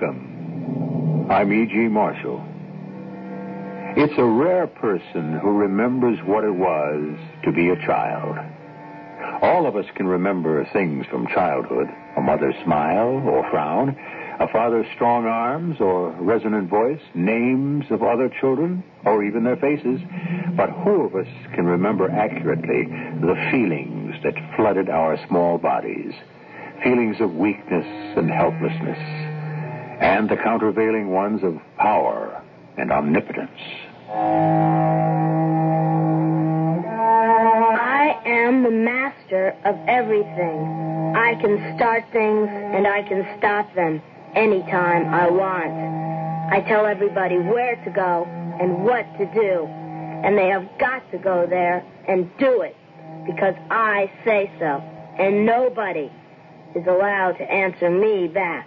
Welcome. I'm E.G. Marshall. It's a rare person who remembers what it was to be a child. All of us can remember things from childhood a mother's smile or frown, a father's strong arms or resonant voice, names of other children or even their faces. But who of us can remember accurately the feelings that flooded our small bodies? Feelings of weakness and helplessness, and the countervailing ones of power and omnipotence. I am the master of everything. I can start things and I can stop them anytime I want. I tell everybody where to go and what to do, and they have got to go there and do it because I say so, and nobody is allowed to answer me back.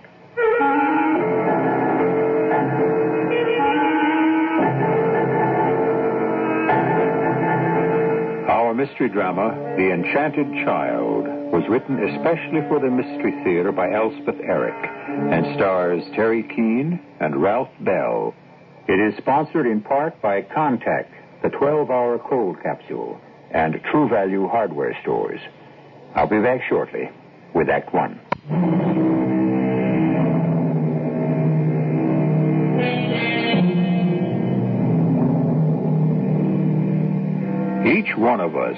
Our mystery drama, The Enchanted Child, was written especially for the Mystery Theater by Elspeth Eric and stars Terry Keane and Ralph Bell. It is sponsored in part by Contact, the 12 hour cold capsule, and True Value hardware stores. I'll be back shortly with Act One. Each one of us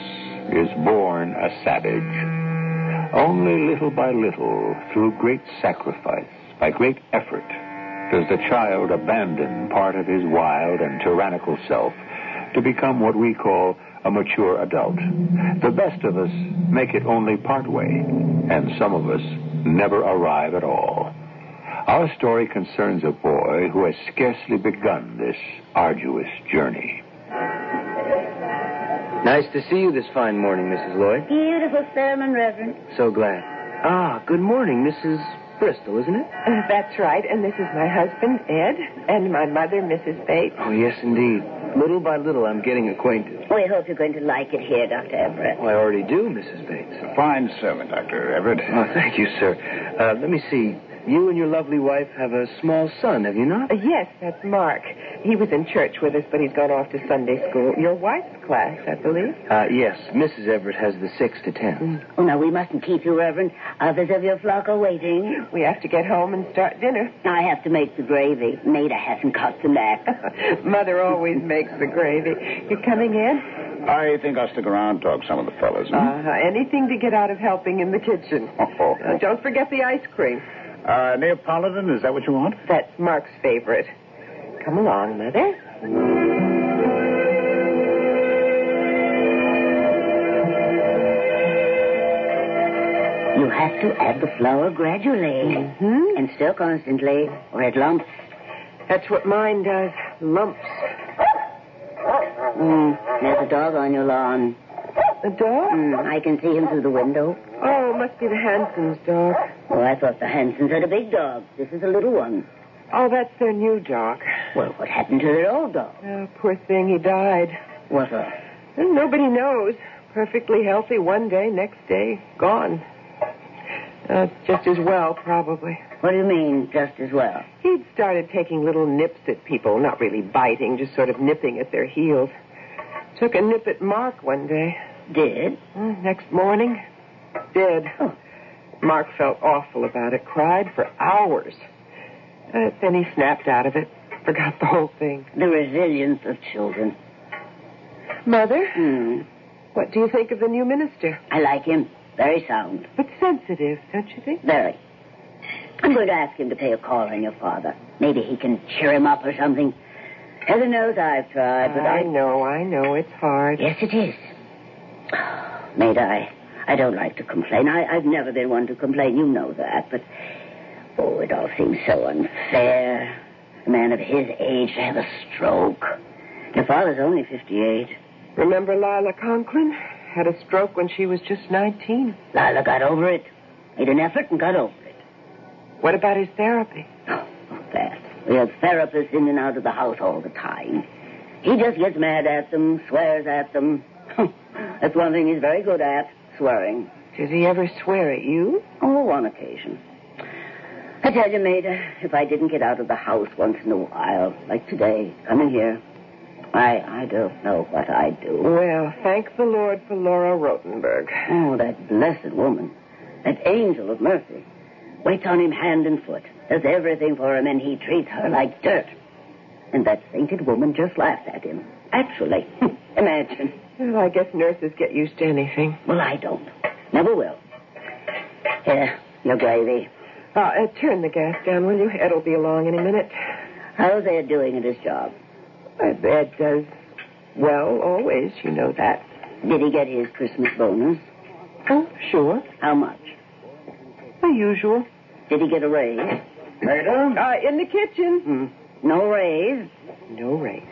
is born a savage. Only little by little, through great sacrifice, by great effort, does the child abandon part of his wild and tyrannical self to become what we call a mature adult. The best of us make it only partway, and some of us never arrive at all. Our story concerns a boy who has scarcely begun this arduous journey. Nice to see you this fine morning, Mrs. Lloyd. Beautiful sermon, Reverend. So glad. Ah, good morning, Mrs. Bristol, isn't it? Uh, that's right, and this is my husband, Ed, and my mother, Mrs. Bates. Oh, yes, indeed. Little by little, I'm getting acquainted. We hope you're going to like it here, Dr. Everett. Well, I already do, Mrs. Bates. A fine sermon, Dr. Everett. Oh, thank you, sir. Uh, let me see. You and your lovely wife have a small son, have you not? Uh, yes, that's Mark. He was in church with us, but he's gone off to Sunday school. Your wife's class, I believe. Uh, yes, Mrs. Everett has the six to ten. Mm. Oh, no, we mustn't keep you, Reverend. Others of your flock are waiting. We have to get home and start dinner. I have to make the gravy. Maida hasn't cut the neck. Mother always makes the gravy. You coming in? I think I'll stick around and talk some of the fellas. Hmm? Uh, Uh-huh. Anything to get out of helping in the kitchen. Oh. Uh, don't forget the ice cream. oh. Uh, Neapolitan, is that what you want? That's Mark's favorite. Come along, Mother. You have to add the flour gradually mm-hmm. and stir constantly, or it lumps. That's what mine does lumps. Mm, there's a dog on your lawn. The dog? Mm, I can see him through the window. Oh, must be the Hansons' dog. Oh, I thought the Hansons had a big dog. This is a little one. Oh, that's their new dog. Well, what happened to their old dog? Oh, poor thing, he died. What uh? of? Nobody knows. Perfectly healthy one day, next day, gone. Uh, just as well, probably. What do you mean, just as well? He'd started taking little nips at people, not really biting, just sort of nipping at their heels. Took a nip at Mark one day. Uh, Did? Next morning, dead. Oh. Mark felt awful about it, cried for hours. Uh, then he snapped out of it, forgot the whole thing. The resilience of children. Mother? Hmm. What do you think of the new minister? I like him. Very sound. But sensitive, don't you think? Very. I'm going to ask him to pay a call on your father. Maybe he can cheer him up or something. Heaven knows I've tried, but I... I know, I know. It's hard. Yes, it is. Maida, I, I don't like to complain. I, I've never been one to complain. You know that. But, oh, it all seems so unfair. A man of his age to have a stroke. Your father's only 58. Remember Lila Conklin? Had a stroke when she was just 19. Lila got over it. Made an effort and got over it. What about his therapy? Oh, that. We have therapists in and out of the house all the time. He just gets mad at them, swears at them. That's one thing he's very good at, swearing. Did he ever swear at you? Oh, on occasion. I tell you, Maida, if I didn't get out of the house once in a while, like today, coming here, I I don't know what I'd do. Well, thank the Lord for Laura Rotenberg. Oh, that blessed woman, that angel of mercy, waits on him hand and foot, does everything for him, and he treats her like dirt. And that sainted woman just laughs at him. Actually, imagine. Well, I guess nurses get used to anything. Well, I don't. Never will. Here, your gravy. Uh, uh, turn the gas down, will you? Ed'll be along any minute. How's Ed doing at his job? Uh, Ed does well always, you know that. Did he get his Christmas bonus? Oh, sure. How much? The usual. Did he get a raise? Maida, Uh, in the kitchen. Hmm. No raise. No raise.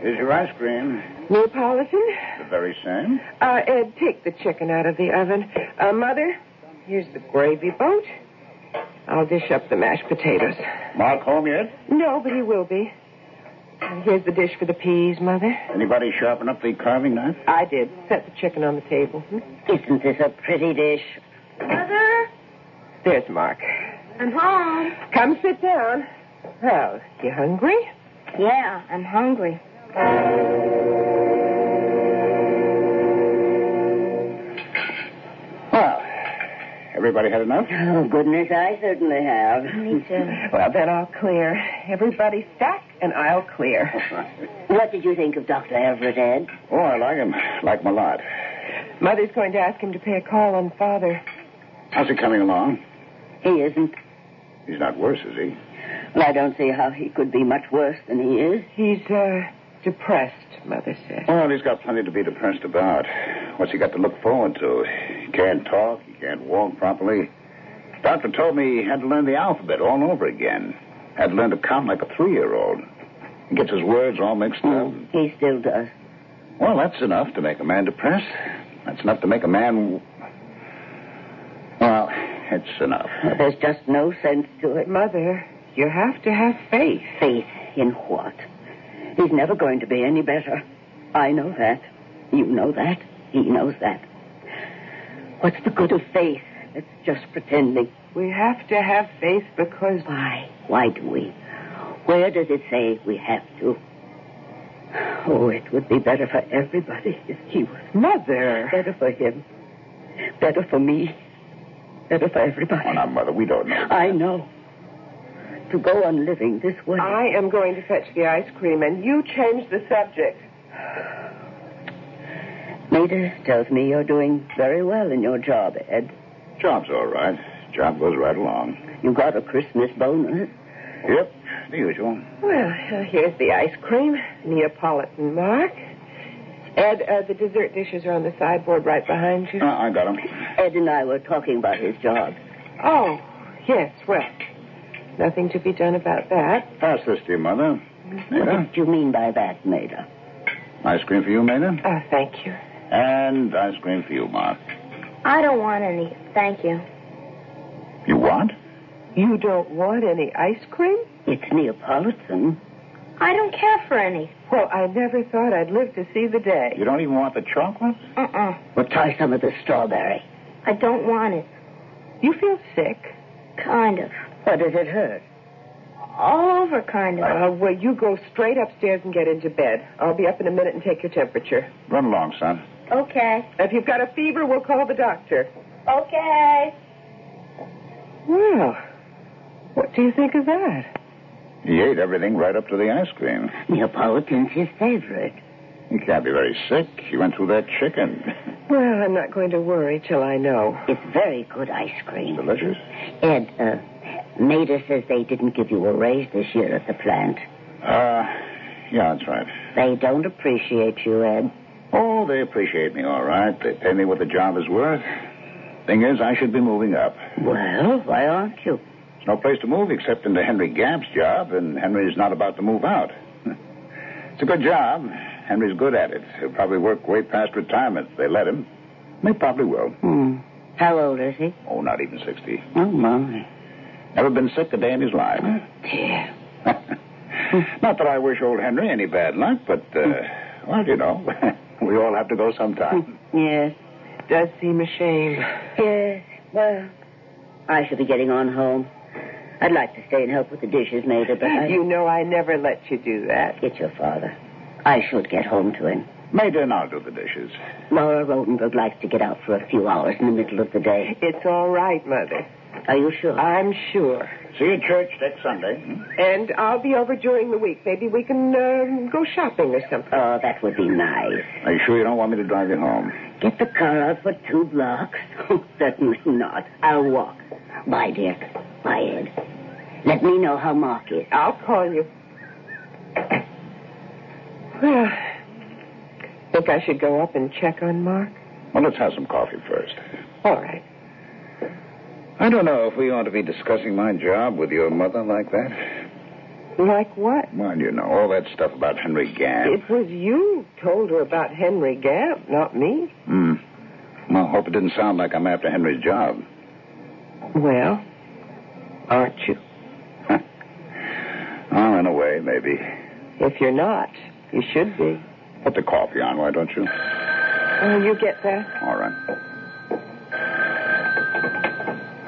here's your ice cream. Neapolitan. The very same. Uh, Ed, take the chicken out of the oven. Uh, Mother, here's the gravy boat. I'll dish up the mashed potatoes. Mark home yet? No, but he will be. Uh, here's the dish for the peas, Mother. Anybody sharpen up the carving knife? I did. Set the chicken on the table. Hmm? Isn't this a pretty dish? Mother, There's Mark. I'm home. Come sit down. Well, you hungry? Yeah, I'm hungry. Well, everybody had enough? Oh, goodness, I certainly have. Me too. Well, then I'll clear. Everybody stack, and I'll clear. What did you think of Dr. Everett, Ed? Oh, I like him. Like him a lot. Mother's going to ask him to pay a call on Father. How's he coming along? He isn't. He's not worse, is he? Well, I don't see how he could be much worse than he is. He's, uh, depressed, Mother said. Well, he's got plenty to be depressed about. What's he got to look forward to? He can't talk. He can't walk properly. Doctor told me he had to learn the alphabet all over again. Had to learn to count like a three-year-old. He gets his words all mixed up. Hmm. He still does. Well, that's enough to make a man depressed. That's enough to make a man. Well, it's enough. There's just no sense to it. Mother, you have to have faith. Faith in what? He's never going to be any better. I know that. You know that. He knows that. What's the good of faith? It's just pretending. We have to have faith because Why? Why do we? Where does it say we have to? Oh, it would be better for everybody if he was Mother. better for him, better for me, better for Oh, everybody. now, Mother, we don't know. I know. To go on living this way. I am going to fetch the ice cream, and you change the subject. Maida tells me you're doing very well in your job, Ed. Job's all right. Job goes right along. You got a Christmas bonus. Yep, the usual. Well, uh, here's the ice cream, Neapolitan Mark. Ed, uh, the dessert dishes are on the sideboard right behind you. Uh, I got him. Ed and I were talking about his job. Oh, yes, well, nothing to be done about that. Pass this to your mother. Maida. What do you mean by that, Maida? Ice cream for you, Maida. Oh, thank you. And ice cream for you, Mark. I don't want any. Thank you. You want? You don't want any ice cream? It's Neapolitan. I don't care for any. Well, I never thought I'd live to see the day. You don't even want the chocolate? Uh-uh. Well, try some of the strawberry. I don't want it. You feel sick? Kind of. What does it hurt? All over, kind of. Uh, well, you go straight upstairs and get into bed. I'll be up in a minute and take your temperature. Run along, son. Okay. If you've got a fever, we'll call the doctor. Okay. Well, what do you think of that? He ate everything right up to the ice cream. Neapolitan's his favorite. He can't be very sick. He went through that chicken. Well, I'm not going to worry till I know. It's very good ice cream. Delicious. Ed, uh, Maida says they didn't give you a raise this year at the plant. Uh, yeah, that's right. They don't appreciate you, Ed. Oh, they appreciate me, all right. They pay me what the job is worth. Thing is, I should be moving up. Well, why aren't you? There's no place to move except into Henry Gamp's job, and Henry's not about to move out. It's a good job. Henry's good at it. He'll probably work way past retirement if they let him. He probably will. Hmm. How old is he? Oh, not even 60. Oh, my. Never been sick a day in his life. Dear. not that I wish old Henry any bad luck, but, uh, well, you know, we all have to go Hmm. sometime. Yes. Does seem a shame. Yes. Well, I should be getting on home. I'd like to stay and help with the dishes, Maida, but I... You know I never let you do that. It's your father. I should get home to him. Maida and I'll do the dishes. Laura Rodenberg likes to get out for a few hours in the middle of the day. Ah, It's all right, Mother. Are you sure? I'm sure. See you at church next Sunday. hmm? And I'll be over during the week. Maybe we can um, go shopping or something. oh, that would be nice. Are you sure you don't want me to drive you home? Get the car out for two blocks? Oh, Certainly not. I'll walk. Bye, dear. Bye, Ed. Let me know how Mark is. I'll call you. Well, think I should go up and check on Mark? Well, let's have some coffee first. All right. I don't know if we ought to be discussing my job with your mother like that. Like what? Well, you know, all that stuff about Henry Gann. It was you told her about Henry Gamp, not me. Hmm. Well, hope it didn't sound like I'm after Henry's job. Well, aren't you? Oh, in a way, maybe. If you're not, you should be. Put the coffee on, why don't you? Uh, Oh, you get that? All right.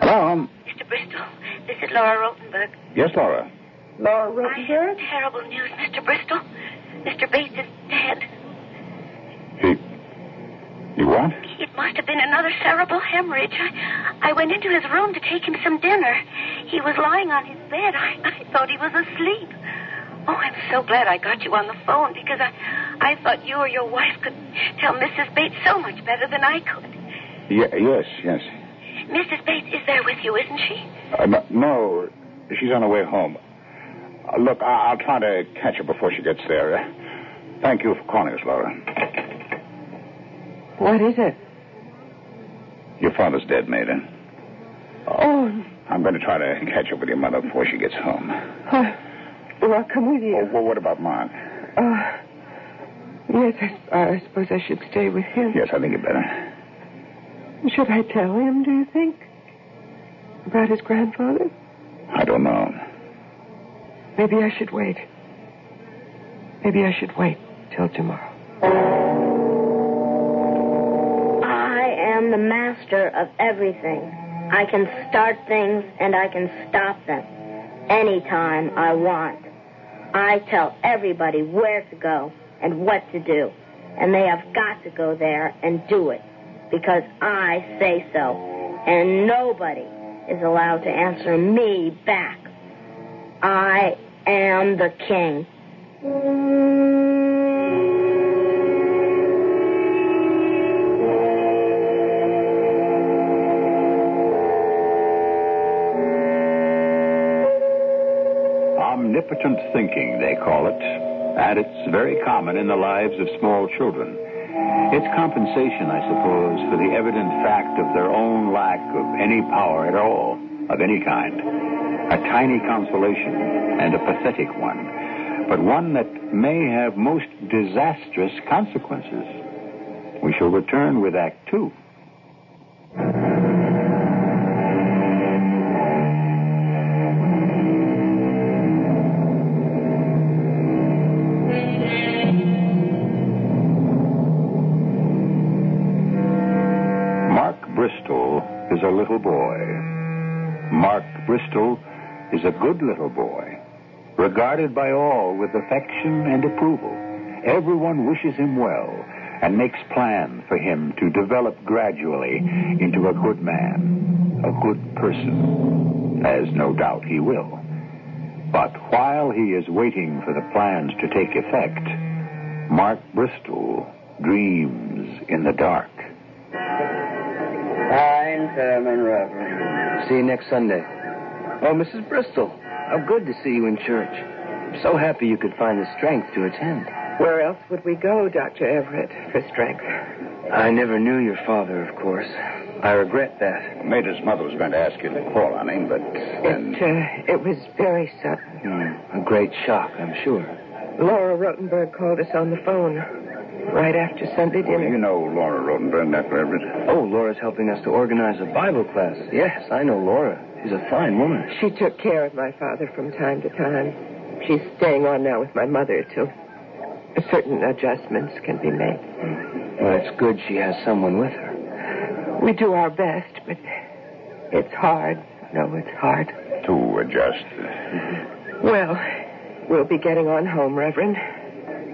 Hello? Mr. Bristol, this is Laura Rotenberg. Yes, Laura. Laura I have terrible news, Mr. Bristol. Mr. Bates is dead. He. He what? It must have been another cerebral hemorrhage. I, I went into his room to take him some dinner. He was lying on his bed. I, I thought he was asleep. Oh, I'm so glad I got you on the phone because I, I thought you or your wife could tell Mrs. Bates so much better than I could. Ye- yes, yes. Mrs. Bates is there with you, isn't she? Uh, no, no, she's on her way home. Uh, look, I- I'll try to catch her before she gets there. Uh, thank you for calling us, Laura. What is it? Your father's dead, Maiden. Oh, I'm going to try to catch up with your mother before she gets home. uh, well, I'll come with Oh, you. well, what about Mark? Uh, yes, I, I suppose I should stay with him. Yes, I think you better. Should I tell him, do you think? About his grandfather? I don't know. Maybe I should wait. Maybe I should wait till tomorrow. I am the master of everything. I can start things and I can stop them anytime I want. I tell everybody where to go and what to do, and they have got to go there and do it because I say so, and nobody is allowed to answer me back. I am the king. Omnipotent thinking, they call it, and it's very common in the lives of small children. It's compensation, I suppose, for the evident fact of their own lack of any power at all, of any kind. A tiny consolation, and a pathetic one, but one that may have most disastrous consequences. We shall return with Act Two. Mark Bristol is a little boy. Mark Bristol is a good little boy, regarded by all with affection and approval. Everyone wishes him well and makes plans for him to develop gradually into a good man, a good person, as no doubt he will. But while he is waiting for the plans to take effect, Mark Bristol dreams in the dark. Fine sermon, Reverend. See you next Sunday. Oh, Mrs. Bristol, how good to see you in church. I'm so happy you could find the strength to attend. Where else would we go, Dr. Everett, for strength? I never knew your father, of course. I regret that. Maida's mother was going to ask you to call on him, but then. It, uh, it was very sudden. Hmm, a great shock, I'm sure. Laura Rotenberg called us on the phone right after Sunday Well, you dinner. know Laura Rodenburg, Dr. Everett. Oh, Laura's helping us to organize a Bible class. Yes, I know Laura. She's a fine woman. She took care of my father from time to time. She's staying on now with my mother till certain adjustments can be made. Well, it's good she has someone with her. We do our best, but it's hard. No, it's hard. to adjust. Well, we'll be getting on home, Reverend.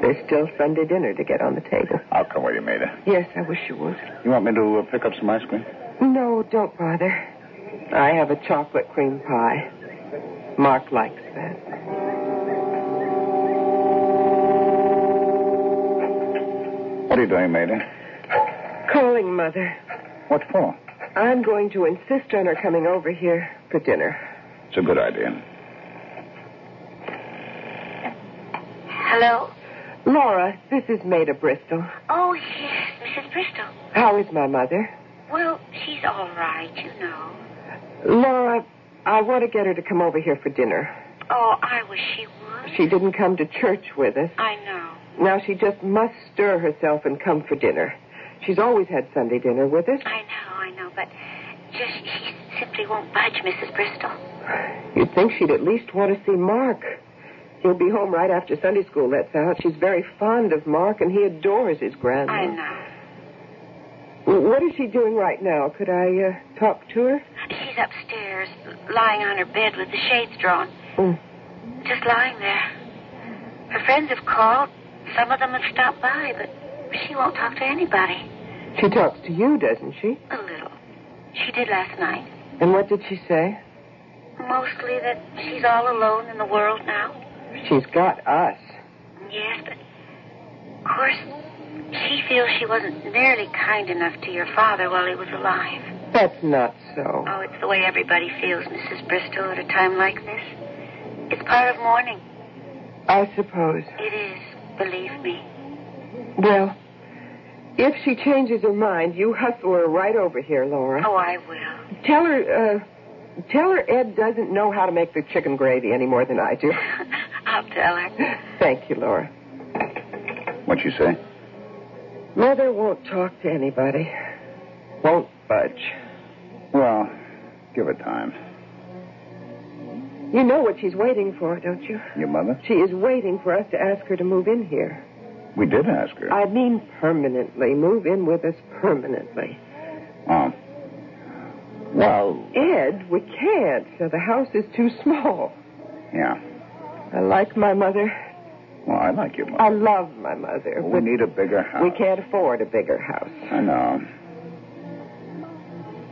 There's still Sunday dinner to get on the table. I'll come with you, Maida. Yes, I wish you would. You want me to uh, pick up some ice cream? No, don't bother. I have a chocolate cream pie. Mark likes that. What are you doing, Maida? Calling Mother. What for? I'm going to insist on her coming over here for dinner. It's a good idea. Hello? Laura, this is Maida Bristol. Oh, yes, Mrs. Bristol. How is my mother? Well, she's all right, you know. Laura, I want to get her to come over here for dinner. Oh, I wish she would. She didn't come to church with us. I know. Now she just must stir herself and come for dinner. She's always had Sunday dinner with us. I know, I know, but just she simply won't budge, Mrs. Bristol. You'd think she'd at least want to see Mark. He'll be home right after Sunday school lets out. She's very fond of Mark, and he adores his grandma. Mm. I know. W- What is she doing right now? Could I uh, talk to her? She's upstairs, lying on her bed with the shades drawn. Mm. Just lying there. Her friends have called. Some of them have stopped by, but she won't talk to anybody. She talks to you, doesn't she? A little. She did last night. And what did she say? Mostly that she's all alone in the world now. She's got us. Yes, but of course, she feels she wasn't nearly kind enough to your father while he was alive. That's not so. Oh, it's the way everybody feels, Mrs. Bristol, at a time like this. It's part of mourning. I suppose. It is, believe me. Well, if she changes her mind, you hustle her right over here, Laura. Oh, I will. Tell her, uh, tell her Ed doesn't know how to make the chicken gravy any more than I do. I'll tell her. Thank you, Laura. What you say? Mother won't talk to anybody. Won't budge. Well, give it time. You know what she's waiting for, don't you? Your mother? She is waiting for us to ask her to move in here. We did ask her. I mean permanently. Move in with us permanently. Oh. Well, Ed, we can't. So the house is too small. yeah. I like my mother. Well, I like your mother. I love my mother. we but need a bigger house. we can't afford a bigger house. I know.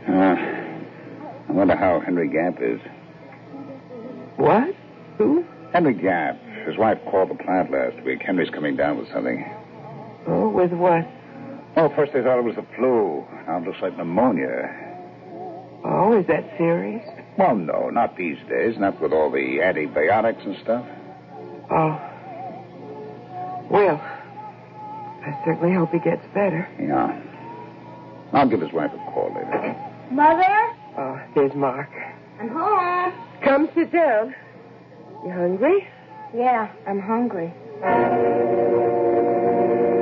Uh, I wonder how Henry Gap is. What? Who? Henry Gap. His wife called the plant last week. Henry's coming down with something. Oh, with what? Oh, first they thought it was the flu. Now it looks like pneumonia. Oh, is that serious? Well, no, not these days. Not with all the antibiotics and stuff. Oh. Well, I certainly hope he gets better. Yeah. I'll give his wife a call later. Mother? Oh, there's Mark. I'm home. Come sit down. You hungry? Yeah, I'm hungry.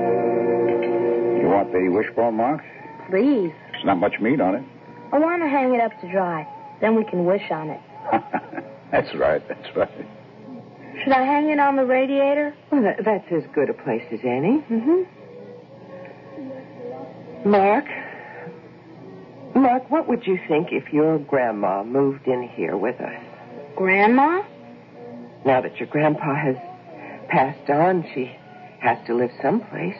You want the wishbone mark? Please. There's not much meat on it. I want to hang it up to dry. Then we can wish on it. that's right, that's right. Should I hang it on the radiator? Well, that, that's as good a place as any. Mm-hmm. Mark? Mark, what would you think if your grandma moved in here with us? Grandma? Now that your grandpa has passed on, she has to live someplace.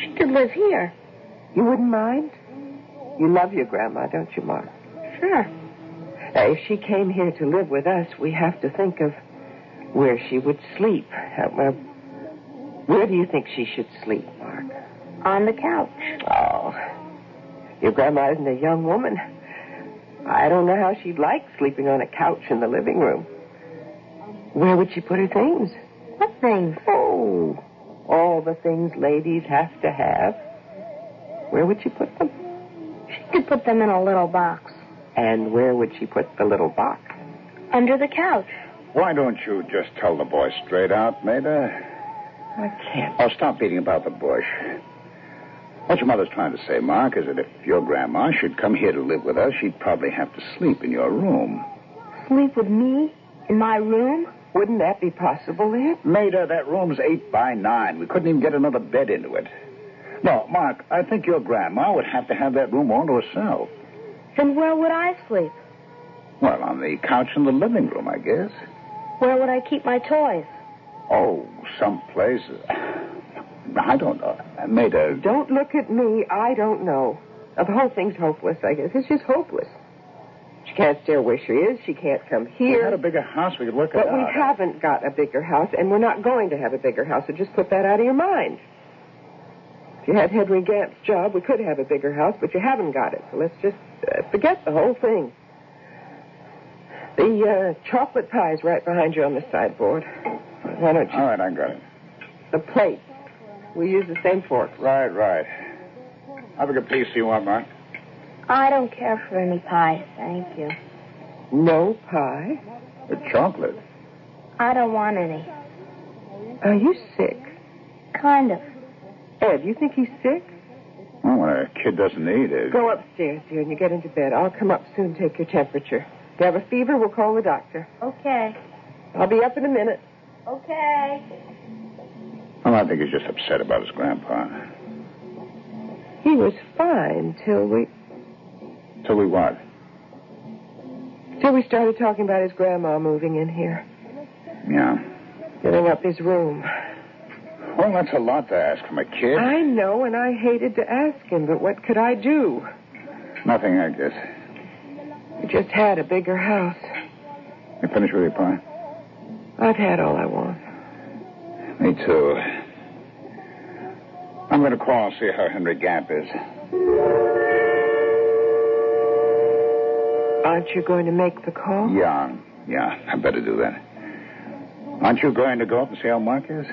She could live here. You wouldn't mind? You love your grandma, don't you, Mark? Sure. Now, Uh, if she came here to live with us, we have to think of where she would sleep. Uh, well, where do you think she should sleep, Mark? On the couch. Oh, your grandma isn't a young woman. I don't know how she'd like sleeping on a couch in the living room. Where would she put her things? What things? Oh, all the things ladies have to have. Where would she put them? She could put them in a little box. And where would she put the little box? Under the couch. Why don't you just tell the boy straight out, Maida? I can't. Oh, stop beating about the bush. What your mother's trying to say, Mark, is that if your grandma should come here to live with us, she'd probably have to sleep in your room. Sleep with me in my room? Wouldn't that be possible, Ed? Maida, that room's eight by nine. We couldn't even get another bed into it. No, Mark, I think your grandma would have to have that room all to herself. Then where would I sleep? Well, on the couch in the living room, I guess. Where would I keep my toys? Oh, someplace. I don't know. I made a. Don't look at me. I don't know. Now, the whole thing's hopeless, I guess. It's just hopeless. She can't stay where she is. She can't come We here. had a bigger house. We could work it But we out. haven't got a bigger house, and we're not going to have a bigger house, so just put that out of your mind. If you had Henry Gamp's job, we could have a bigger house, but you haven't got it, so let's just uh, forget the whole thing. The uh, chocolate pie's right behind you on the sideboard. Why don't you? All right, I got it. The plate. We use the same fork. Right, right. How big a piece do you want, Mark? I don't care for any pie, thank you. No pie. The chocolate. I don't want any. Are you sick? Kind of. Ed, you think he's sick? Well, when a kid doesn't eat it. Go upstairs, dear, and you get into bed. I'll come up soon and take your temperature. If you have a fever, we'll call the doctor. Okay. I'll be up in a minute. Okay. Well, I think he's just upset about his grandpa. He was fine till we Till we what? till we started talking about his grandma moving in here, Yeah. filling up his room. Well, that's a lot to ask from a kid. I know, and I hated to ask him, but what could I do? Nothing, I guess. We just had a bigger house. You finished with your pie? I've had all I want. Me too. I'm going to call and see how Henry Gap is. Aren't you going to make the call? Yeah, yeah, I better do that. Aren't you going to go up and see how Mark is?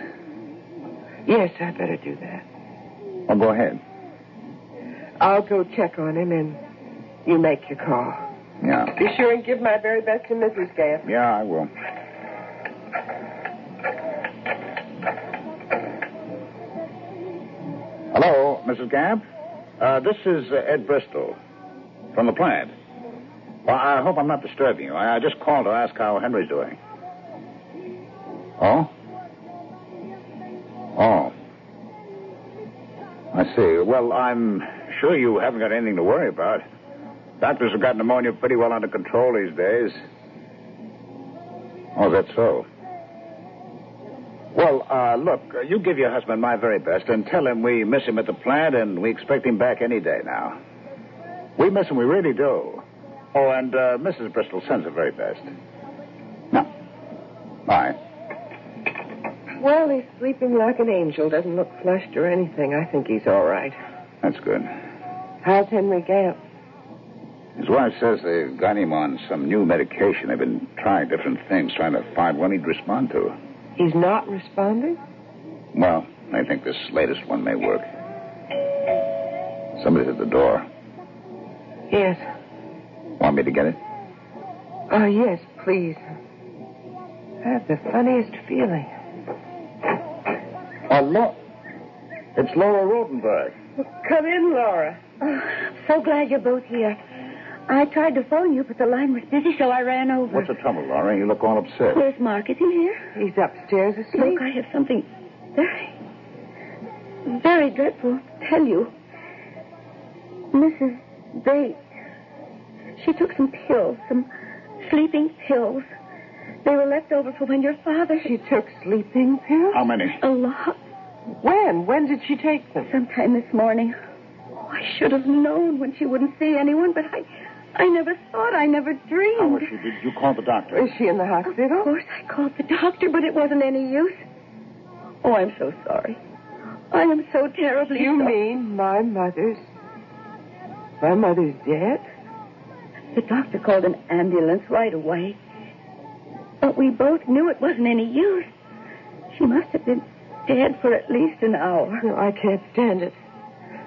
Yes, I better do that. Well, Oh, go ahead. I'll go check on him, and you make your call. Yeah. Be sure and give my very best to Mrs. Gamp. Yeah, I will. Hello, Mrs. Gap. Uh, this is uh, Ed Bristol from the plant. Well, I hope I'm not disturbing you. I, I just called to ask how Henry's doing. Oh? Oh. I see. Well, I'm sure you haven't got anything to worry about. Doctors have got pneumonia pretty well under control these days. Oh, that's so. Well, uh, look, uh, you give your husband my very best and tell him we miss him at the plant and we expect him back any day now. We miss him, we really do. Oh, and uh, Mrs. Bristol sends her very best. Now, bye. Well, he's sleeping like an angel. Doesn't look flushed or anything. I think he's all right. That's good. How's Henry Gamp? His wife says they've got him on some new medication. They've been trying different things, trying to find one he'd respond to. He's not responding? Well, I think this latest one may work. Somebody's at the door. Yes. Want me to get it? Oh, yes, please. I have the funniest feeling. Hello. It's Laura Rotenberg. Come in, Laura. Oh, so glad you're both here. I tried to phone you, but the line was busy, so I ran over. What's the trouble, Laura? You look all upset. Where's Mark? Is he here? He's upstairs asleep. Look, I have something very, very dreadful to tell you. Mrs. Bates, she took some pills, some sleeping pills. They were left over for when your father. She took sleeping pills? How many? A lot. When? When did she take them? Sometime this morning. Oh, I should have known when she wouldn't see anyone, but I, I never thought, I never dreamed. How was Oh, she? Did you call the doctor? Is she in the Of hospital? course, I called the doctor, but it wasn't any use. Oh, I'm so sorry. I am so terribly You sorry. mean my mother's. My mother's dead? The doctor called an ambulance right away. But we both knew it wasn't any use. She must have been dead for at least an hour. No, I can't stand it.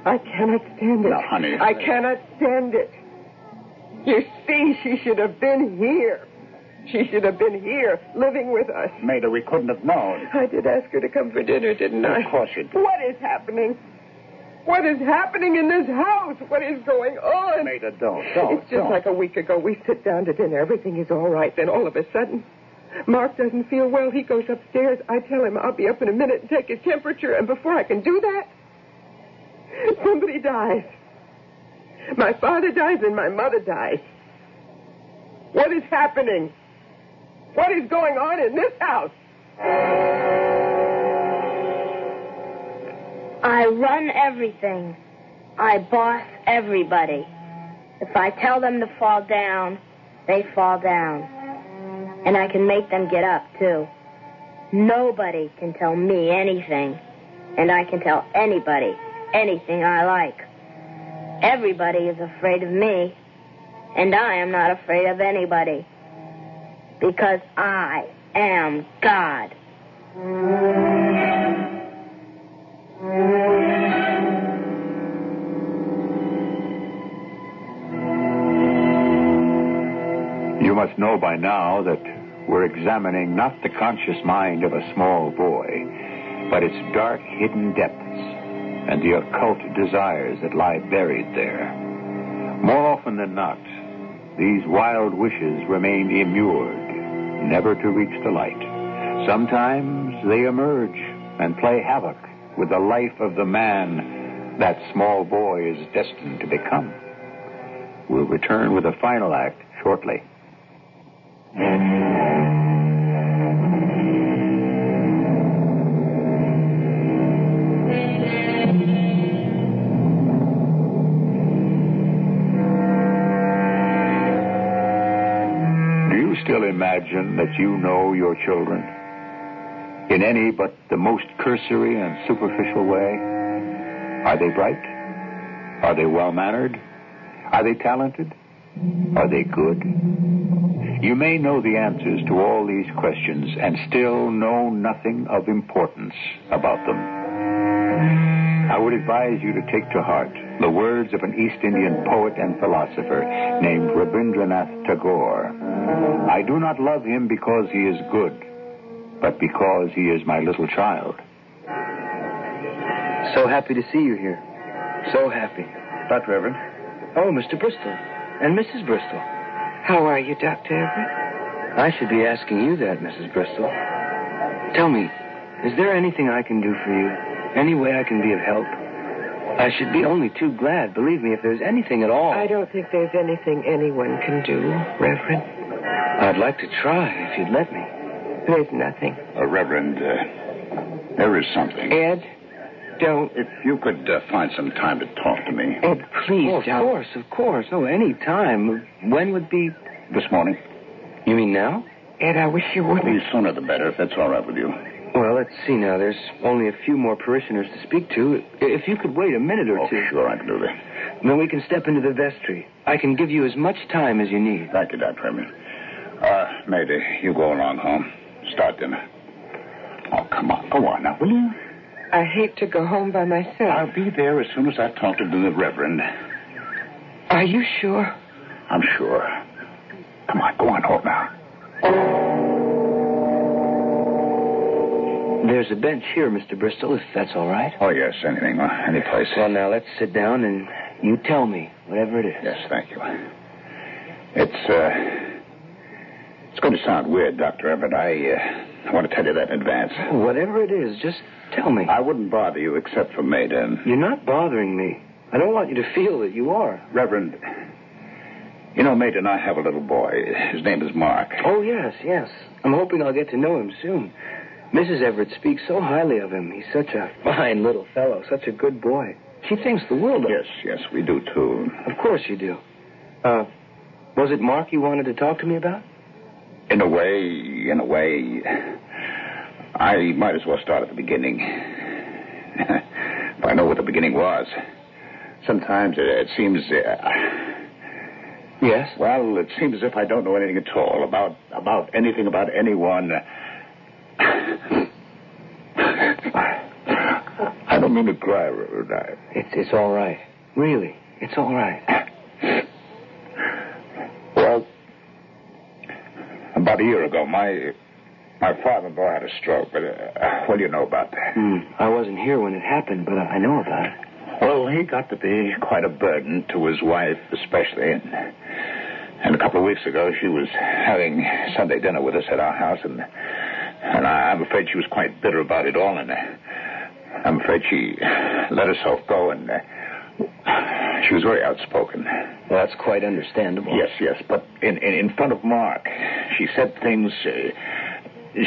I cannot stand it. Now, honey. I cannot stand it. You see, she should have been here. She should have been here, living with us. Maida, we couldn't have known. I did ask her to come for dinner, didn't I? Of course you did. What is happening? What is happening in this house? What is going on? Maida, don't. Don't. it's just don't. like a week ago. We sit down to dinner. Everything is all right. Then all of a sudden, Mark doesn't feel well. He goes upstairs. I tell him I'll be up in a minute and take his temperature. And before I can do that, somebody dies. My father dies and my mother dies. What is happening? What is going on in this house? I run everything. I boss everybody. If I tell them to fall down, they fall down. And I can make them get up, too. Nobody can tell me anything. And I can tell anybody anything I like. Everybody is afraid of me. And I am not afraid of anybody. Because I am God. You must know by now that we're examining not the conscious mind of a small boy, but its dark, hidden depths and the occult desires that lie buried there. More often than not, these wild wishes remain immured, never to reach the light. Sometimes they emerge and play havoc with the life of the man that small boy is destined to become. We'll return with a final act shortly. Do you still imagine that you know your children? In any but the most cursory and superficial way? Are they bright? Are they well mannered? Are they talented? Are they good? You may know the answers to all these questions and still know nothing of importance about them. I would advise you to take to heart the words of an East Indian poet and philosopher named Rabindranath Tagore. I do not love him because he is good, but because he is my little child. So happy to see you here. So happy. Dr. Everett. Oh, Mr. Bristol. And Mrs. Bristol. How are you, Dr. Everett? I should be asking you that, Mrs. Bristol. Tell me, is there anything I can do for you? Any way I can be of help? I should be only too glad, believe me, if there's anything at all. I don't think there's anything anyone can do, Reverend. I'd like to try if you'd let me. There's nothing. Uh, Reverend, uh, there is something. Ed, don't. If you could uh, find some time to talk to me Ed, please Oh, of don't. course, of course. Oh, any time. When would be. this morning, You mean now? Ed, I wish you wouldn't. the sooner the better, if that's all right with you. Well, let's see now. There's only a few more parishioners to speak to. I- If you could wait a minute or Oh, two, sure, I can do that. then we can step into the vestry. I can give you as much time as you need. Thank you, Dr. Everett. Uh, Mayday, you go along home. Start dinner. Oh, come on. Go on now, will you? I hate to go home by myself. I'll be there as soon as I talk to the Reverend. Are you sure? I'm sure. Come on, go on home now. There's a bench here, Mr. Bristol, if that's all right. Oh, yes, anything, uh, any place. Well, now let's sit down and you tell me whatever it is. Yes, thank you. It's, uh, it's going to sound weird, Dr. Everett. I, uh, I want to tell you that in advance. Whatever it is, just tell me. I wouldn't bother you except for Maiden. You're not bothering me. I don't want you to feel that you are. Reverend, you know, Maiden, I have a little boy. His name is Mark. Oh, yes, yes. I'm hoping I'll get to know him soon. Mrs. Everett speaks so highly of him. He's such a fine little fellow, such a good boy. She thinks the world of Yes, yes, we do, too. Of course you do. Uh, was it Mark you wanted to talk to me about? In a way, in a way, I might as well start at the beginning. if I know what the beginning was. Sometimes it, it seems, uh, Yes. well, it seems as if I don't know anything at all about about anything about anyone. I don't mean to cry, Reverend. I- It's, it's all right. Really, it's all right. Well, about a year ago, my my father-in-law had a stroke, but uh, what do you know about that? Hmm, I wasn't here when it happened, but I I know about it. Well, he got to be quite a burden to his wife, especially. And, and a couple of weeks ago, she was having Sunday dinner with us at our house, and and I, I'm afraid she was quite bitter about it all, and uh, I'm afraid she let herself go, and uh, She was very outspoken. Well, that's quite understandable. Yes, yes, but in, in, in front of Mark, she said things. Uh,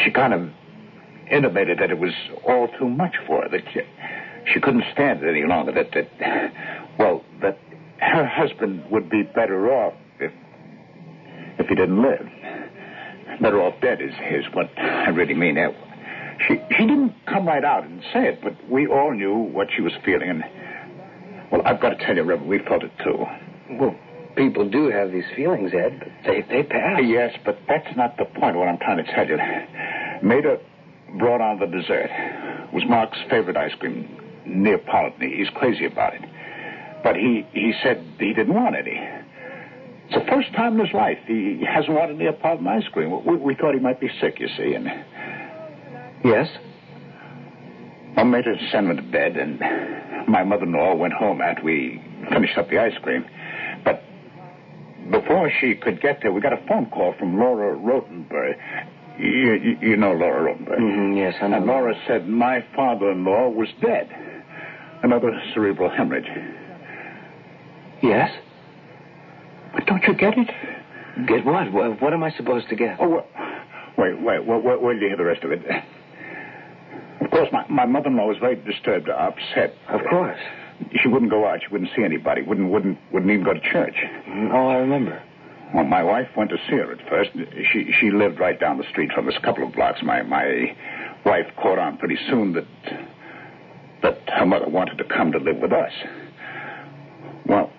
she kind of intimated that it was all too much for her, that she, she couldn't stand it any longer, that, that, well, that her husband would be better off if, if he didn't live. Better off dead is, is what I really mean. Uh, She, she didn't come right out and say it, but we all knew what she was feeling, and, well, I've got to tell you, Reverend, we felt it too. Well, people do have these feelings, Ed, but they, they pass. Ah, Yes, but that's not the point of what I'm trying to tell you. Maida brought on the dessert. It was Mark's favorite ice cream, Neapolitan. He's crazy about it. But he, he said he didn't want any. It's the first time in his life he hasn't wanted Neapolitan ice cream. We, we thought he might be sick, you see, and Yes? I made her send him to bed, and my mother-in-law went home after we finished up the ice cream. But before she could get there, we got a phone call from Laura Rotenberg. You, you, you know Laura Rotenberg. Mhm, yes, I know And Laura said my father-in-law was dead. Another cerebral hemorrhage. Yes? But don't you get it? Get what? what? What am I supposed to get? Oh, well, wait, wait, wait, wait, wait till you hear the rest of it. Of course, my, my mother-in-law was very disturbed, upset. Of course. She wouldn't go out. She wouldn't see anybody. Wouldn't wouldn't wouldn't even go to church. Mm, Oh, I remember. Well, my wife went to see her at first. She she lived right down the street from us, a couple of blocks. My my wife caught on pretty soon that that her mother wanted to come to live with us. Well,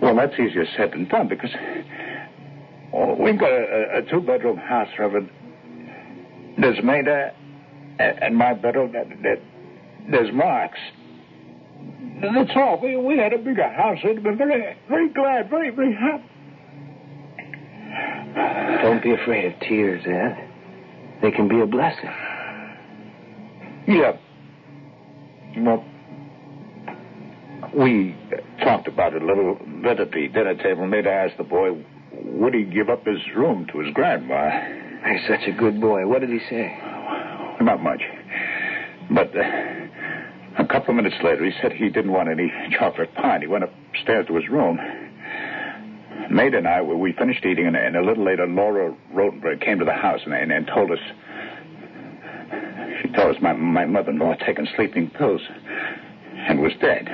well, that's easier said than done because oh, we've got a, a- a two bedroom house, Reverend. There's Maida, and and my bedroom. there- there- There's Mark's. That's all. We, we had a bigger house. We'd been very, very glad, very, very happy. Don't be afraid of tears, Ed. They can be a blessing. Yeah. Well, we talked about it a little bit at the dinner table. Made I asked the boy, would he give up his room to his grandma? He's such a good boy. What did he say? Not much. But uh, a couple of minutes later, he said he didn't want any chocolate pie. and He went upstairs to his room. Maid and I, we- we finished eating, and, and a little later, Laura Rotenberg came to the house and, and, and told us. She told us my, my mother in law had taken sleeping pills and was dead.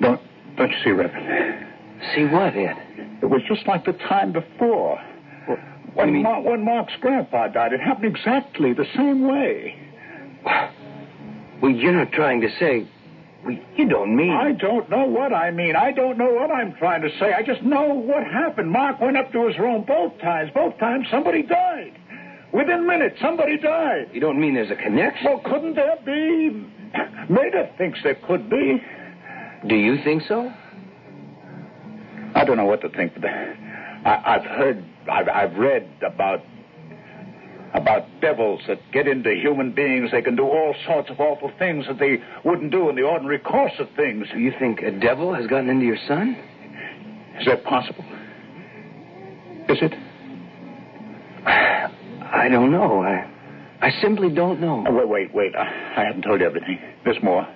Don't, don't you see, Reverend? See what, Ed? It was just like the time before. What- When, you mean- Mar- when Mark's grandpa died, it happened exactly the same way. Well, you're not trying to say. Well, you don't mean. I don't know what I mean. I don't know what I'm trying to say. I just know what happened. Mark went up to his room both times. Both times somebody died. Within minutes, somebody died. You don't mean there's a connection? Well, couldn't there be? Maida thinks there could be. Do you think so? I don't know what to think, but I, I've heard, I've, I've read about about devils that get into human beings. They can do all sorts of awful things that they wouldn't do in the ordinary course of things. Do you think a devil has gotten into your son? Is that possible? Is it? I don't know. I, I simply don't Oh, know. wait, wait, wait. I, I haven't told you everything. There's more.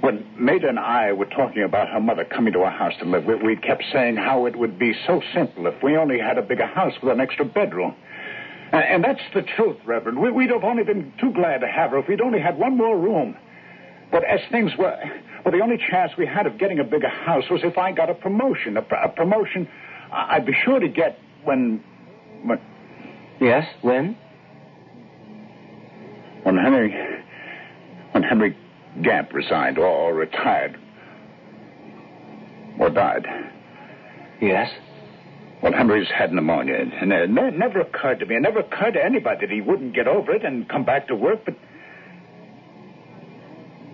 When Maida and I were talking about her mother coming to our house to live, we, we kept saying how it would be so simple if we only had a bigger house with an extra bedroom. And, and that's the truth, Reverend. We, we'd have only been too glad to have her if we'd only had one more room. But as things were, well, the only chance we had of getting a bigger house was if I got a promotion. A, pr- a promotion I- I'd be sure to get when, when, Yes? When? When Henry, when Henry Gamp resigned or, or retired or died, Yes. well, Henry's had pneumonia, and it ne- never occurred to me, it never occurred to anybody that he wouldn't get over it and come back to work. But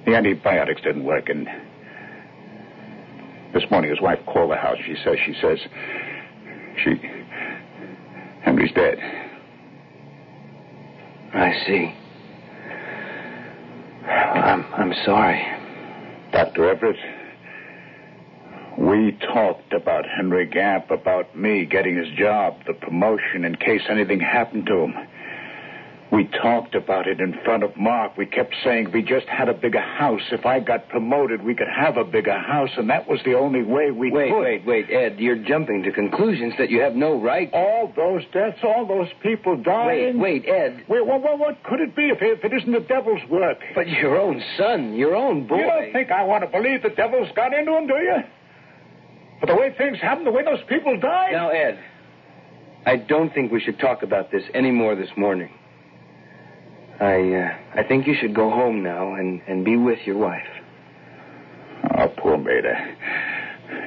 the antibiotics didn't work, and this morning his wife called the house. She says, she says, she, Henry's dead. I see. I'm, I'm sorry. Dr. Everett, we talked about Henry Gamp, about me getting his job, the promotion, in case anything happened to him. We talked about it in front of Mark. We kept saying if we just had a bigger house, if I got promoted, we could have a bigger house, and that was the only way we Wait, could. wait, wait, Ed. You're jumping to conclusions that you have no right. All those deaths, all those people Wait, dying. wait, Ed. Wait, what, what, what could it be if it, if it isn't the devil's work? But your own son, your own boy. You don't think I want to believe the devil's got into him, do you? But the way things happened, the way those people died. Now, Ed, I don't think we should talk about this any more this morning. I, uh, I think you should go home now and, and be with your wife. Oh, poor Maida.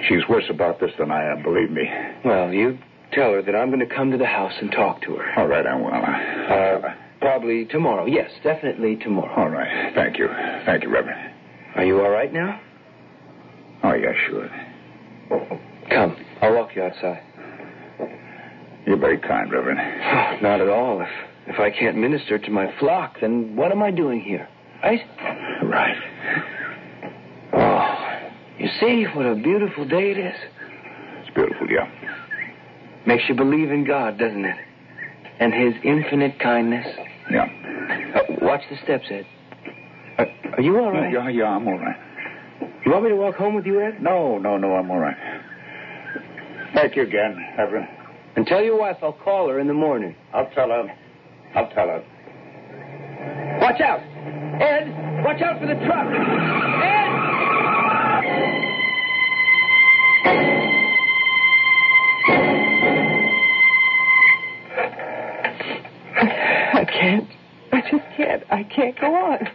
She's worse about this than I am, believe me. Well, you tell her that I'm going to come to the house and talk to her. All right, I will. I'll tell Uh, her. probably tomorrow. Yes, definitely tomorrow. All right. Thank you. Thank you, Reverend. Are you all right now? Oh, yeah, sure. Come, I'll walk you outside. You're very kind, Reverend. Not at all. If, if I can't minister to my flock, then what am I doing here? Right? Right. Oh, you see what a beautiful day it is? It's beautiful, yeah. Makes you believe in God, doesn't it? And His infinite kindness. Yeah. Uh, watch the steps, Ed. Are, Uh, are you all right? Yeah, yeah, I'm all right. You want me to walk home with you, Ed? No, no, no, I'm all right. Thank you again, Reverend. And tell your wife I'll call her in the morning. I'll tell her. I'll tell her. Watch out! Ed, watch out for the truck! Ed! I can't. I just can't. I can't go on.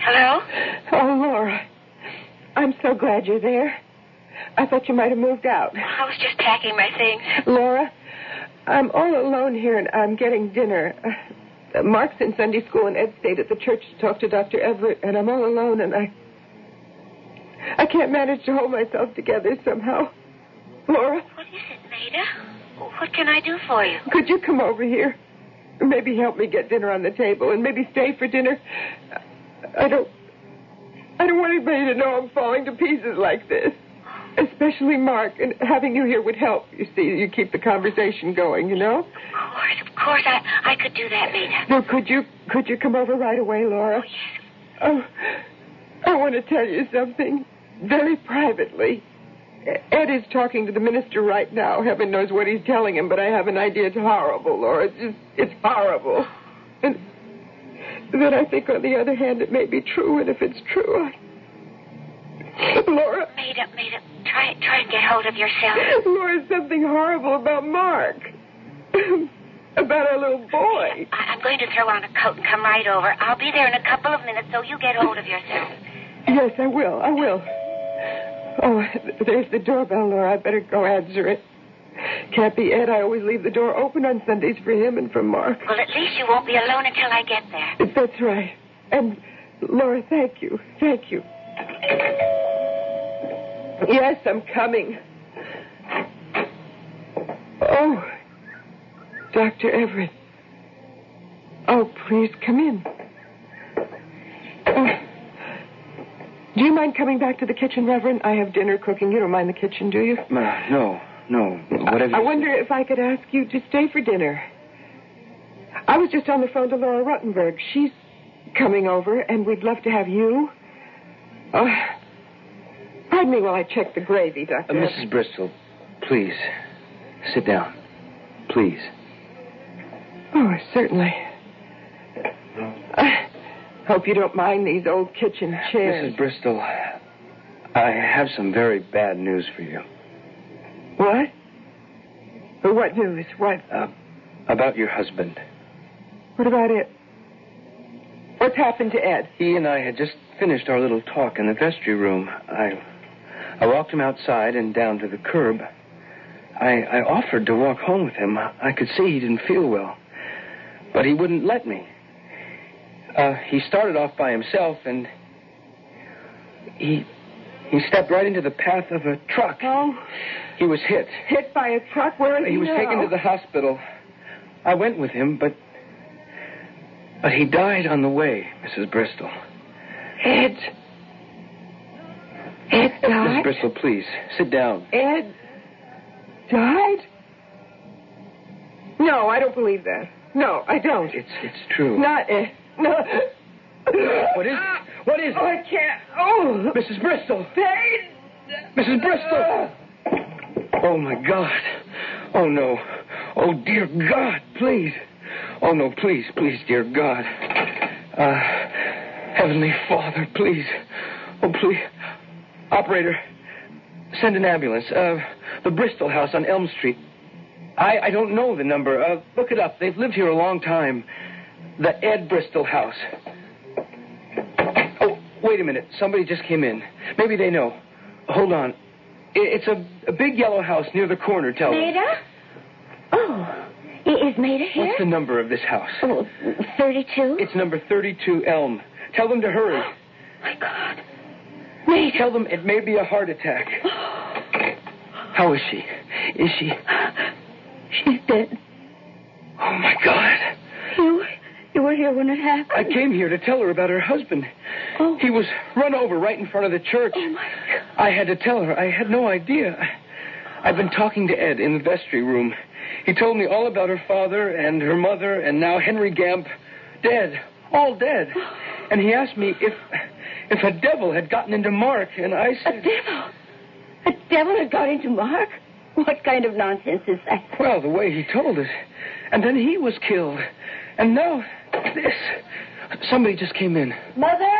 Hello? Oh, Laura. I'm so glad you're there. I thought you might have moved out. I was just packing my things. Laura, I'm all alone here and I'm getting dinner. Uh, Mark's in Sunday school and Ed stayed at the church to talk to Dr. Everett, and I'm all alone and I. I can't manage to hold myself together somehow. Laura, What is it, Maida? What can I do for you? could you come over here? Maybe help me get dinner on the table and maybe stay for dinner. I don't. I don't want anybody to know I'm falling to pieces like this. Especially Mark, and having you here would help. You see, you keep the conversation going, you know? Of course, of course, I, I could do that, Maida. Now, could you could you come over right away, Laura? Oh, I want to tell you something very privately. Ed is talking to the minister right now. Heaven knows what he's telling him, but I have an idea. It's horrible, Laura. It's just, it's horrible. And then I think, on the other hand, it may be true. And if it's true, I, Laura, Maida, Maida, try, try and get hold of yourself. Laura, something horrible about Mark, about our little boy. I, I'm going to throw on a coat and come right over. I'll be there in a couple of minutes, so you get hold of yourself. Yes, I will. I will. Oh, th- there's the doorbell, Laura. I better go answer it. Can't be Ed. I always leave the door open on Sundays for him and for Mark. Well, at least you won't be alone until I get there. That's right. And, Laura, thank you. Thank you. Yes, I'm coming. Oh, Dr. Everett. Oh, please come in. Oh. Do you mind coming back to the kitchen, Reverend? I have dinner cooking. You don't mind the kitchen, do you? Uh, no, no. Whatever. I wonder if I could ask you to stay for dinner. I was just on the phone to Laura Rottenberg. She's coming over, and we'd love to have you. Oh, pardon me while I check the gravy, Uh, Doctor. Mrs. Bristol, please. Sit down. Please. Oh, certainly. I hope you don't mind these old kitchen chairs. Mrs. Bristol, I have some very bad news for you. What? What news? What? Uh, about your husband. What about it? What's happened to Ed? He and I had just finished our little talk in the vestry room. I, I walked him outside and down to the curb. I, I offered to walk home with him. I could see he didn't feel well, but he wouldn't let me. Uh, he started off by himself, and he he stepped right into the path of a truck. Oh, He was hit. hit by a truck. Where is he? He was now? taken to the hospital. I went with him, but but he died on the way, Mrs. Bristol. Ed, Ed Miss died? Bristol, please, sit down. Ed died? No, I don't believe that. No, I don't. It's it's true. Not Ed. No. What is it? What is Oh, I it? can't. Oh, Mrs. Bristol! Ed. Mrs. Bristol! Oh, my God. Oh, no. Oh, dear God, please. Oh, no, please, please, dear God. Uh, Heavenly Father, please. Oh, please. Operator, send an ambulance. Uh, the Bristol house on Elm Street. I, I don't know the number. Uh, look it up. They've lived here a long time. The Ed Bristol house. Oh, wait a minute. Somebody just came in. Maybe they know. Hold on. I- It's a, a big yellow house near the corner, tell them. Maida? Oh, i- is Maida here? What's the number of this house? Oh, 32? It's number 32 Elm. Tell them to hurry. Oh, My God. Tell them it may be a heart attack. How is she? Is she? She's dead. Oh, my God. You, you were here when it happened. I came here to tell her about her husband. Oh. He was run over right in front of the church. Oh, my God. I had to tell her. I had no idea. I've been talking to Ed in the vestry room. He told me all about her father and her mother and now Henry Gamp. Dead. All dead. And he asked me if if a devil had gotten into Mark, and I A said, devil. A devil had got into Mark? What kind of nonsense is that? Well, the way he told it. And then he was killed. And now this. Somebody just came in. Mother?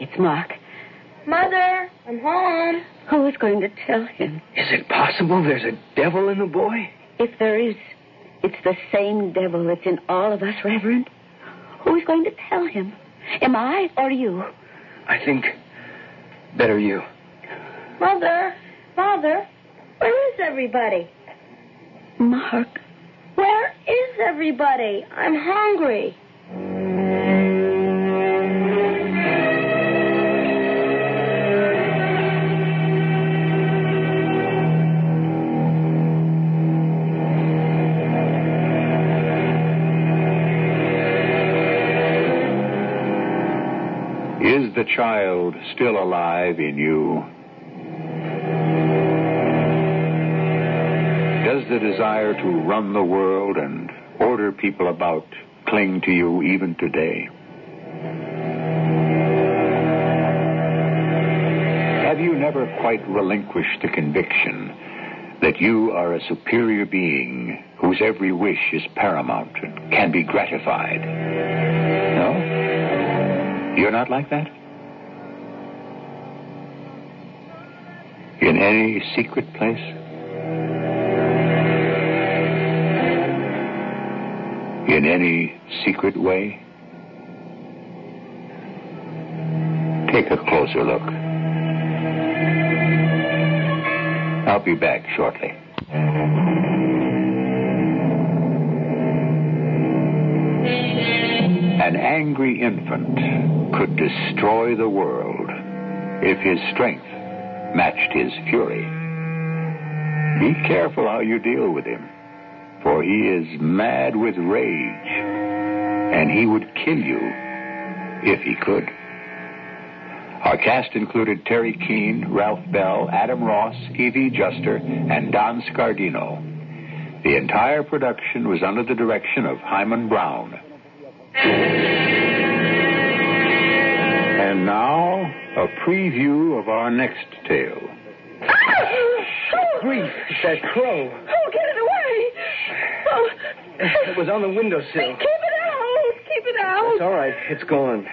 It's Mark. Mother? I'm home. Who is going to tell him? Is it possible there's a devil in the boy? If there is, it's the same devil that's in all of us, Reverend. Who is going to tell him? Am I or you? I think better you. Mother? Father? Where is everybody? Mark. Where is everybody? I'm hungry. Is the child still alive in you? Does the desire to run the world and order people about cling to you even today? Have you never quite relinquished the conviction that you are a superior being whose every wish is paramount and can be gratified? No? You're not like that? In any secret place? In any secret way? Take a closer look. I'll be back shortly. An angry infant could destroy the world if his strength matched his fury. Be careful how you deal with him, for he is mad with rage, and he would kill you if he could. Our cast included Terry Keane, Ralph Bell, Adam Ross, Evie Juster, and Don Scardino. The entire production was under the direction of Hyman Brown. And now, a preview of our next tale. Ah! Grief, that crow. Oh, get it away. Oh, It was on the windowsill. keep it out. Keep it It's out. all right. It's gone.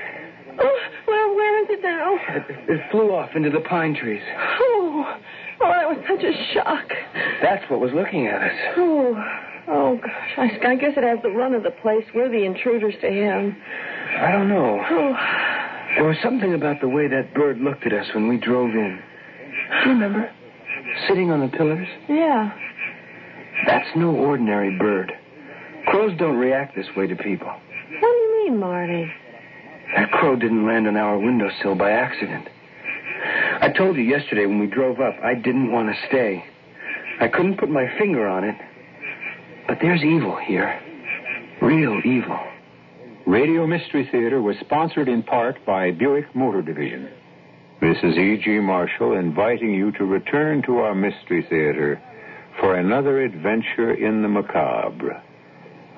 Oh, well, where is it now? It, it flew off into the pine trees. Oh, oh, that was such a shock. That's what was looking at us. Oh, oh gosh. I, I guess it has the run of the place. We're the intruders to him. I don't know. Oh, There was something about the way that bird looked at us when we drove in. Do you remember? Sitting on the pillars? yeah. That's no ordinary bird. Crows don't react this way to people. What do you mean, Marty? That crow didn't land on our windowsill by accident. I told you yesterday when we drove up, I didn't want to stay. I couldn't put my finger on it. But there's evil here. Real evil. Radio Mystery Theater was sponsored in part by Buick Motor Division. Mrs. E.G. Marshall inviting you to return to our Mystery Theater for another adventure in the macabre.